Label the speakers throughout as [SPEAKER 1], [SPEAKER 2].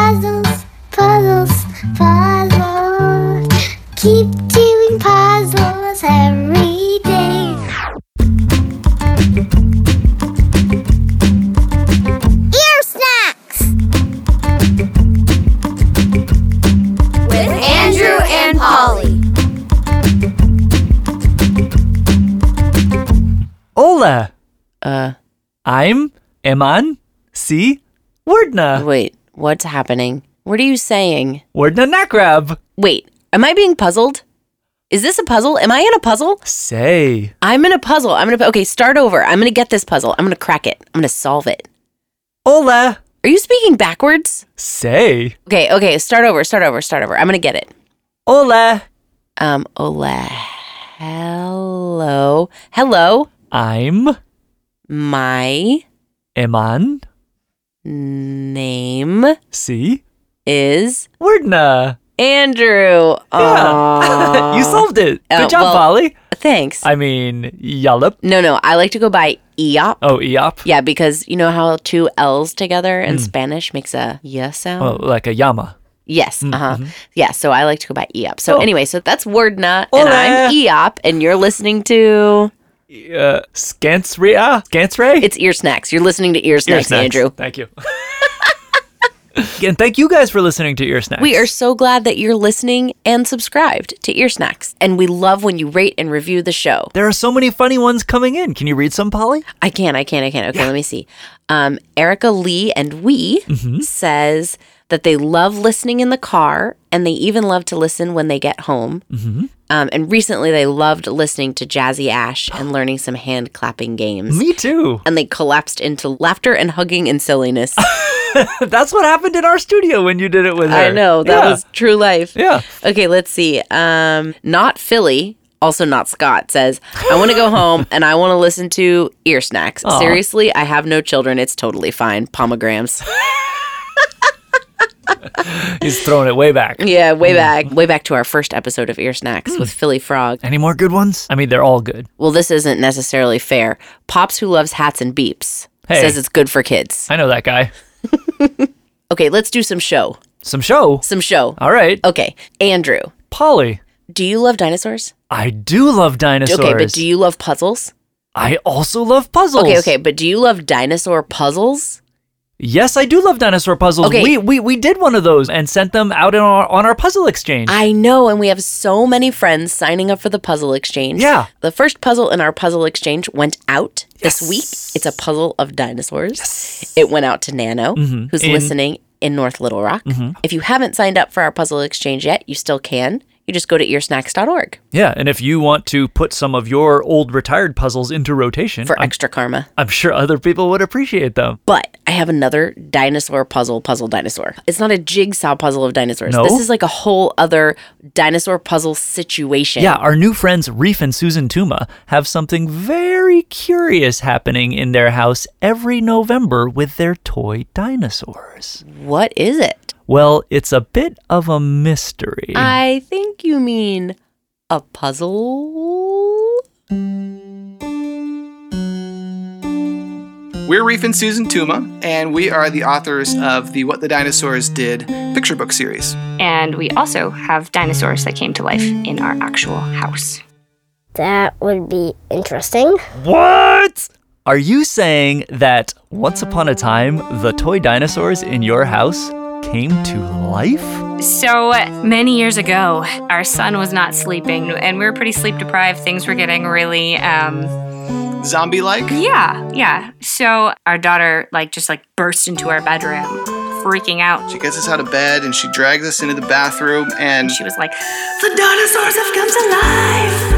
[SPEAKER 1] puzzles, puzzles, puzzles. Keep doing puzzles every day. Ear snacks!
[SPEAKER 2] with Andrew and Polly.
[SPEAKER 3] Hola,
[SPEAKER 4] Uh,
[SPEAKER 3] I'm Eman C. Wordna.
[SPEAKER 4] wait, what's happening? What are you saying?
[SPEAKER 3] Wordna Nakrab.
[SPEAKER 4] Wait, am I being puzzled? Is this a puzzle? Am I in a puzzle?
[SPEAKER 3] Say,
[SPEAKER 4] I'm in a puzzle. I'm gonna, okay, start over. I'm gonna get this puzzle. I'm gonna crack it. I'm gonna solve it.
[SPEAKER 3] hola.
[SPEAKER 4] Are you speaking backwards?
[SPEAKER 3] Say,
[SPEAKER 4] Okay, okay, start over, start over, start over. I'm gonna get it.
[SPEAKER 3] hola.
[SPEAKER 4] Um, Ola. Hello. Hello.
[SPEAKER 3] I'm
[SPEAKER 4] My
[SPEAKER 3] Eman
[SPEAKER 4] name
[SPEAKER 3] C.
[SPEAKER 4] is
[SPEAKER 3] Wordna.
[SPEAKER 4] Andrew.
[SPEAKER 3] Yeah. you
[SPEAKER 4] Aw.
[SPEAKER 3] solved it.
[SPEAKER 4] Oh,
[SPEAKER 3] Good job,
[SPEAKER 4] well-
[SPEAKER 3] Polly.
[SPEAKER 4] Thanks.
[SPEAKER 3] I mean, yallop.
[SPEAKER 4] no, no, I like to go by EOP.
[SPEAKER 3] Oh, eop.
[SPEAKER 4] Yeah, because you know how two L's together in Spanish makes a yeah sound?
[SPEAKER 3] Hmm. Oh, like a llama.
[SPEAKER 4] yes. Uh-huh. Yeah, so I like to go by EOP. So
[SPEAKER 3] Oh.
[SPEAKER 4] anyway, so that's Wordna,
[SPEAKER 3] Ole.
[SPEAKER 4] and I'm EOP, and you're listening to...
[SPEAKER 3] Uh, Scansria? Scansray?
[SPEAKER 4] It's Ear Snacks. You're listening to Ear Snacks,
[SPEAKER 3] Ear Snacks.
[SPEAKER 4] Andrew.
[SPEAKER 3] Thank you. and thank you guys for listening to Ear Snacks.
[SPEAKER 4] We are so glad that you're listening and subscribed to Ear Snacks. And we love when you rate and review the show.
[SPEAKER 3] There are so many funny ones coming in. Can you read some, Polly?
[SPEAKER 4] I can, I can, I can. Okay, let me see. Um, Erica Lee and we
[SPEAKER 3] Mm-hmm.
[SPEAKER 4] says that they love listening in the car and they even love to listen when they get home.
[SPEAKER 3] Mm-hmm.
[SPEAKER 4] Um, and recently they loved listening to Jazzy Ash and learning some hand clapping games.
[SPEAKER 3] Me too.
[SPEAKER 4] And they collapsed into laughter and hugging and silliness.
[SPEAKER 3] That's what happened in our studio when you did it with her.
[SPEAKER 4] I know, that
[SPEAKER 3] Yeah.
[SPEAKER 4] was true life.
[SPEAKER 3] Yeah.
[SPEAKER 4] Okay, let's see. Um, not Philly, also not Scott, says, I want to go home and I want to listen to ear snacks. Seriously, I have no children. It's totally fine. Pomegrams.
[SPEAKER 3] He's throwing it way back.
[SPEAKER 4] yeah, way back, way back to our first episode of ear snacks with Philly Frog.
[SPEAKER 3] Any more good ones? I mean, they're all good.
[SPEAKER 4] Well, this isn't necessarily fair. Pops, who loves hats and beeps,
[SPEAKER 3] Hey.
[SPEAKER 4] says it's good for kids.
[SPEAKER 3] I know that guy.
[SPEAKER 4] Okay, let's do some show.
[SPEAKER 3] Some show.
[SPEAKER 4] Some show.
[SPEAKER 3] All right.
[SPEAKER 4] Okay, Andrew,
[SPEAKER 3] Polly,
[SPEAKER 4] do you love dinosaurs?
[SPEAKER 3] I do love dinosaurs.
[SPEAKER 4] Okay, but do you love puzzles?
[SPEAKER 3] I also love puzzles.
[SPEAKER 4] Okay, okay, but do you love dinosaur puzzles?
[SPEAKER 3] Yes, I do love dinosaur puzzles.
[SPEAKER 4] Okay.
[SPEAKER 3] We, we we did one of those and sent them out in our, on our puzzle exchange.
[SPEAKER 4] I know, and we have so many friends signing up for the puzzle exchange.
[SPEAKER 3] Yeah.
[SPEAKER 4] The first puzzle in our puzzle exchange went out this week. It's a puzzle of dinosaurs. It went out to Nano, who's
[SPEAKER 3] Mm-hmm. In- Mm-hmm.
[SPEAKER 4] listening in North Little Rock. If you haven't signed up for our puzzle exchange yet, you still can. You just go to earsnacks.org
[SPEAKER 3] yeah, and if you want to put some of your old retired puzzles into rotation,
[SPEAKER 4] for
[SPEAKER 3] I'm,
[SPEAKER 4] extra karma.
[SPEAKER 3] I'm sure other people would appreciate them.
[SPEAKER 4] But I have another dinosaur puzzle, puzzle dinosaur. It's not a jigsaw puzzle of dinosaurs.
[SPEAKER 3] No?
[SPEAKER 4] This is like a whole other dinosaur puzzle situation.
[SPEAKER 3] Yeah, our new friends Reef and Susan Tuma have something very curious happening in their house every November with their toy dinosaurs.
[SPEAKER 4] What is it?
[SPEAKER 3] Well, it's a bit of a mystery.
[SPEAKER 4] I think you mean a puzzle.
[SPEAKER 5] We're Reef and Susan Tuma, and we are the authors of the What the Dinosaurs Did picture book series.
[SPEAKER 6] And we also have dinosaurs that came to life in our actual house.
[SPEAKER 1] That would be interesting.
[SPEAKER 3] What? Are you saying that once upon a time, the toy dinosaurs in your house came to life?
[SPEAKER 6] So many years ago, our son was not sleeping, and we were pretty sleep deprived. Things were getting really, um,
[SPEAKER 5] Zombie like?
[SPEAKER 6] yeah, yeah. So our daughter, like, just like burst into our bedroom, freaking out.
[SPEAKER 5] She gets us out of bed and she drags us into the bathroom, and
[SPEAKER 6] She was like,
[SPEAKER 7] The dinosaurs have come to life!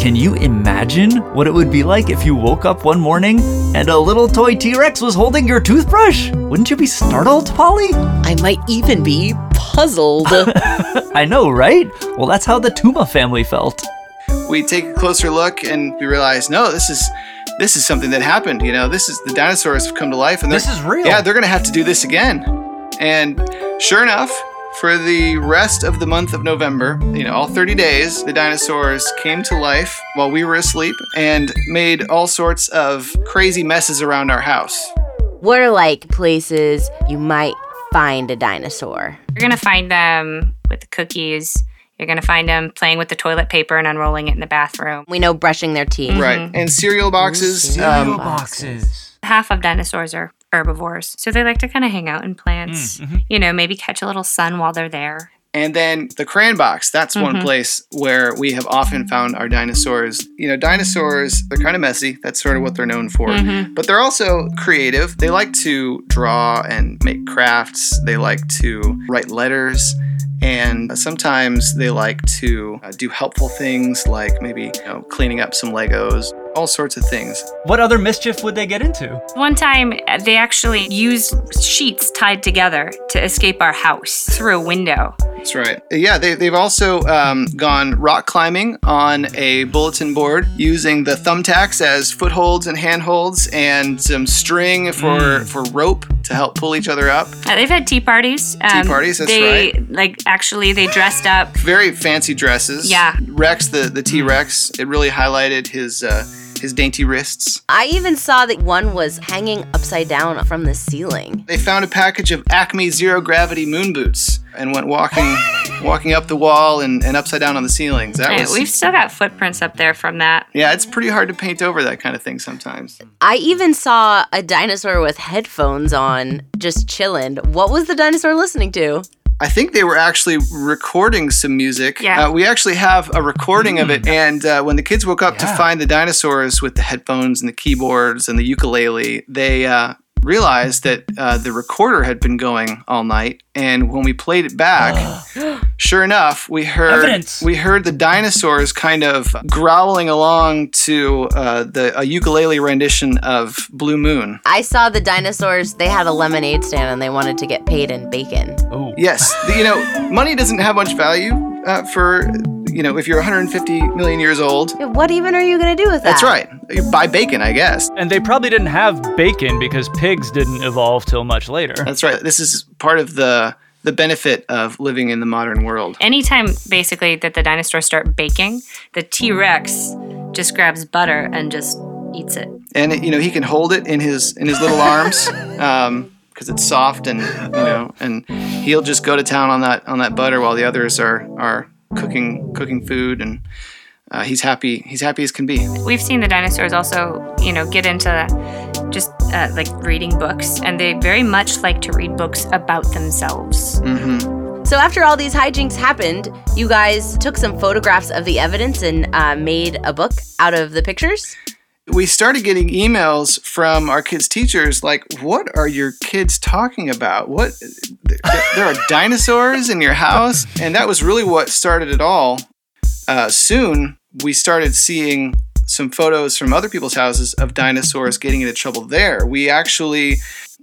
[SPEAKER 3] Can you imagine what it would be like if you woke up one morning and a little toy T Rex was holding your toothbrush? Wouldn't you be startled, Polly?
[SPEAKER 4] I might even be puzzled.
[SPEAKER 3] I know, right? Well, that's how the Tuma family felt.
[SPEAKER 5] we take a closer look and we realize, no, this is this is something that happened. You know, this is the dinosaurs have come to life, and they're-
[SPEAKER 3] This is real.
[SPEAKER 5] Yeah, they're gonna have to do this again. And sure enough, for the rest of the month of November, you know, all 30 days, the dinosaurs came to life while we were asleep and made all sorts of crazy messes around our house.
[SPEAKER 4] What are like places you might find a dinosaur?
[SPEAKER 6] You're going to find them with the cookies. You're going to find them playing with the toilet paper and unrolling it in the bathroom.
[SPEAKER 4] We know brushing their teeth.
[SPEAKER 5] Right. And cereal boxes.
[SPEAKER 3] Mm-hmm. Cereal
[SPEAKER 5] Um,
[SPEAKER 3] boxes.
[SPEAKER 6] Half of dinosaurs are herbivores. So they like to kind of hang out in plants, you know, maybe catch a little sun while they're there.
[SPEAKER 5] And then the crayon box, that's one place where we have often found our dinosaurs. You know, dinosaurs, they're kind of messy. That's sort of what they're known for. But they're also creative. They like to draw and make crafts, they like to write letters. And sometimes they like to uh, do helpful things like maybe you know, cleaning up some Legos, all sorts of things.
[SPEAKER 3] What other mischief would they get into?
[SPEAKER 6] One time, uh, they actually used sheets tied together to escape our house through a window.
[SPEAKER 5] That's right. Yeah, they, they've also um, gone rock climbing on a bulletin board using the thumbtacks as footholds and handholds and some string for, for rope to help pull each other up.
[SPEAKER 6] Uh, they've had tea parties. Um,
[SPEAKER 5] parties, that's
[SPEAKER 6] they,
[SPEAKER 5] right.
[SPEAKER 6] Like, actually, they dressed up.
[SPEAKER 5] Very fancy dresses.
[SPEAKER 6] Yeah.
[SPEAKER 5] Rex, the, the T Rex, it really highlighted his, uh, his dainty wrists.
[SPEAKER 4] I even saw that one was hanging upside down from the ceiling.
[SPEAKER 5] They found a package of Acme Zero Gravity moon boots and went walking walking up the wall and, and upside down on the ceilings. That
[SPEAKER 6] Uh,
[SPEAKER 5] was.
[SPEAKER 6] We've still got footprints up there from that.
[SPEAKER 5] yeah, it's pretty hard to paint over that kind of thing sometimes.
[SPEAKER 4] I even saw a dinosaur with headphones on, just chilling. What was the dinosaur listening to?
[SPEAKER 5] I think they were actually recording some music.
[SPEAKER 6] Yeah.
[SPEAKER 5] Uh, we actually have a recording of it. And uh, when the kids woke up to find the dinosaurs with the headphones and the keyboards and the ukulele, they uh, realized that uh, the recorder had been going all night. And when we played it back, sure enough, we heard
[SPEAKER 3] Evidence.
[SPEAKER 5] we heard the dinosaurs kind of growling along to uh, the a ukulele rendition of Blue Moon.
[SPEAKER 4] I saw the dinosaurs, they had a lemonade stand and they wanted to get paid in bacon.
[SPEAKER 3] Oh,
[SPEAKER 5] Yes, the- you know, money doesn't have much value uh, for you know if you're 150 million years old.
[SPEAKER 4] What even are you gonna do with that?
[SPEAKER 5] That's right. You buy bacon, I guess.
[SPEAKER 8] And they probably didn't have bacon because pigs didn't evolve till much later.
[SPEAKER 5] That's right. This is part of the the benefit of living in the modern world.
[SPEAKER 6] Anytime, basically, that the dinosaurs start baking, the T Rex just grabs butter and just eats it.
[SPEAKER 5] And you know, he can hold it in his in his little arms um, because it's soft and you know, and he'll just go to town on that on that butter while the others are are cooking cooking food and. Uh, he's happy. He's happy as can be.
[SPEAKER 6] We've seen the dinosaurs also, you know, get into just uh, like reading books, and they very much like to read books about themselves.
[SPEAKER 4] So after all these hijinks happened, you guys took some photographs of the evidence and uh, made a book out of the pictures.
[SPEAKER 5] we started getting emails from our kids' teachers like, "What are your kids talking about? What th- th- there are dinosaurs in your house?" And that was really what started it all. Uh, soon, we started seeing some photos from other people's houses of dinosaurs getting into trouble there. We actually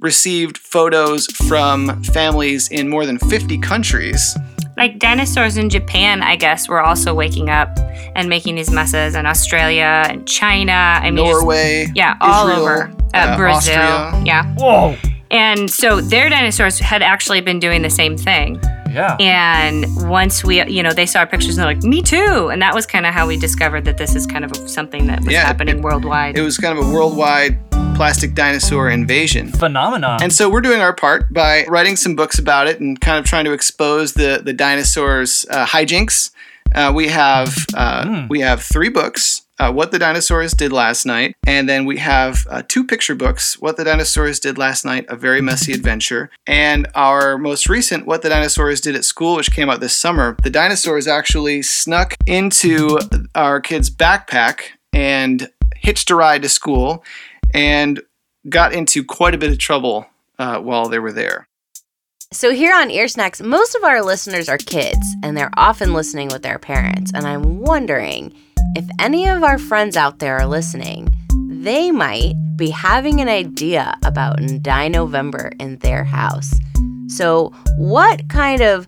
[SPEAKER 5] received photos from families in more than 50 countries
[SPEAKER 6] Like dinosaurs in Japan, I guess, were also waking up and making these messes, and Australia and China. I mean, just-
[SPEAKER 5] norway
[SPEAKER 6] yeah, all
[SPEAKER 5] Israel,
[SPEAKER 6] over. Uh,
[SPEAKER 5] uh,
[SPEAKER 6] Brazil.
[SPEAKER 5] Austria.
[SPEAKER 6] Yeah.
[SPEAKER 8] Whoa!
[SPEAKER 6] And so their dinosaurs had actually been doing the same thing.
[SPEAKER 8] Yeah.
[SPEAKER 6] And once we, you know, they saw our pictures and they're like, me too. And that was kind of how we discovered that this is kind of something that was
[SPEAKER 5] Yeah,
[SPEAKER 6] happening
[SPEAKER 5] it-
[SPEAKER 6] worldwide.
[SPEAKER 5] it was kind of a worldwide plastic dinosaur invasion
[SPEAKER 8] Phenomenon.
[SPEAKER 5] And so we're doing our part by writing some books about it and kind of trying to expose the the dinosaurs' uh, hijinks. Uh, we have uh, we have three books. Uh, what the dinosaurs did last night, and then we have uh, two picture books: What the dinosaurs did last night, a very messy adventure, and our most recent, What the dinosaurs did at school, which came out this summer. The dinosaurs actually snuck into our kid's backpack and hitched a ride to school, and got into quite a bit of trouble uh, while they were there.
[SPEAKER 4] So here on Ear Snacks, most of our listeners are kids and they're often listening with their parents. And I'm wondering if any of our friends out there are listening, they might be having an idea about Dinovember in their house. So, what kind of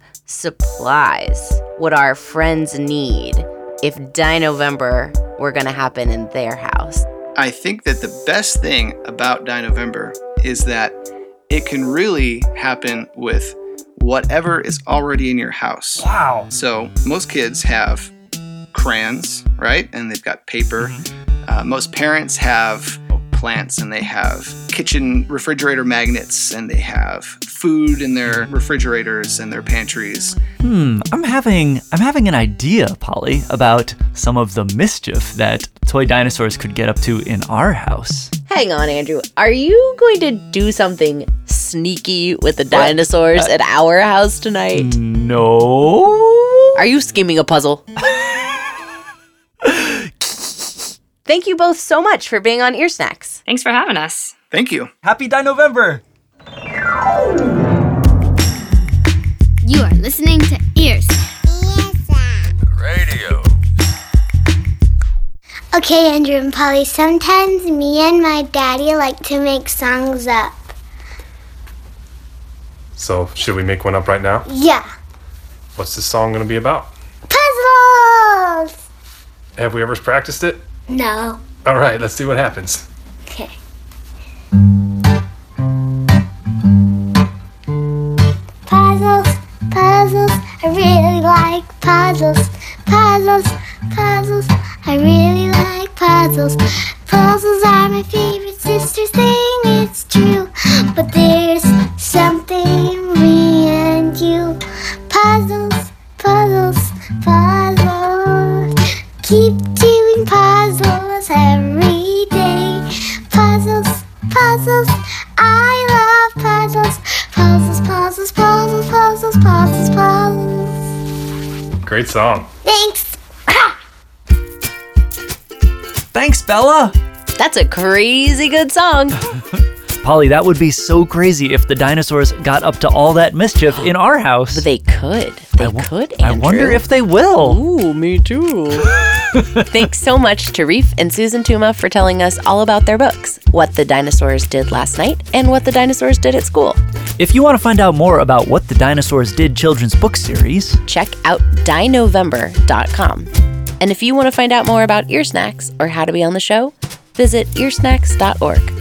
[SPEAKER 4] supplies would our friends need if Dinovember were going to happen in their house?
[SPEAKER 5] I think that the best thing about Die November is that it can really happen with whatever is already in your house.
[SPEAKER 8] wow.
[SPEAKER 5] So most kids have crayons, right? And they've got paper. Uh, most parents have plants and they have kitchen refrigerator magnets and they have food in their refrigerators and their pantries.
[SPEAKER 3] Um, I'm having I'm having an idea, Polly, about some of the mischief that toy dinosaurs could get up to in our house.
[SPEAKER 4] Hang on, Andrew. Are you going to do something sneaky with the dinosaurs
[SPEAKER 3] Uh,
[SPEAKER 4] at our house
[SPEAKER 3] hmm.
[SPEAKER 4] tonight?
[SPEAKER 3] No.
[SPEAKER 4] Are you scheming a puzzle? Thank you both so much for being on Ear Snacks.
[SPEAKER 6] Thanks for having us.
[SPEAKER 5] Thank you.
[SPEAKER 3] Happy Dinovember.
[SPEAKER 2] You are listening to Ears.
[SPEAKER 1] Okay, Andrew and Polly, sometimes me and my daddy like to make songs up.
[SPEAKER 9] So, should we make one up right now?
[SPEAKER 1] Yeah.
[SPEAKER 9] What's this song going to be about?
[SPEAKER 1] Puzzles!
[SPEAKER 9] Have we ever practiced it?
[SPEAKER 1] No.
[SPEAKER 9] All right, let's see what happens.
[SPEAKER 1] Okay. Puzzles, puzzles, I really like puzzles. Puzzles, puzzles, I really like puzzles. Puzzles are my favorite sister's thing, it's true. But there's something me and you. Puzzles, puzzles, puzzles. Keep doing puzzles every day. Puzzles, puzzles, I love puzzles. Puzzles, puzzles, puzzles, puzzles, puzzles, puzzles.
[SPEAKER 9] Great song.
[SPEAKER 1] Thanks.
[SPEAKER 3] Thanks, Bella.
[SPEAKER 4] That's a crazy good song.
[SPEAKER 3] Polly, that would be so crazy if the dinosaurs got up to all that mischief in our house.
[SPEAKER 4] They could. They
[SPEAKER 3] wo-
[SPEAKER 4] could, Andrew.
[SPEAKER 3] I wonder if they will.
[SPEAKER 4] Ooh, me too. Thanks so much to Reef and Susan Tuma for telling us all about their books, what the dinosaurs did last night, and what the dinosaurs did at school.
[SPEAKER 3] If you want to find out more about what the dinosaurs did children's book series,
[SPEAKER 4] Check out dinovember.com. And if you want to find out more about ear snacks or how to be on the show, visit earsnacks.org.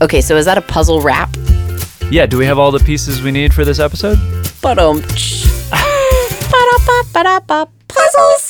[SPEAKER 4] Okay, so is that a puzzle wrap?
[SPEAKER 8] Yeah, do we have all the pieces we need for this episode?
[SPEAKER 4] Ba-dum. Puzzles.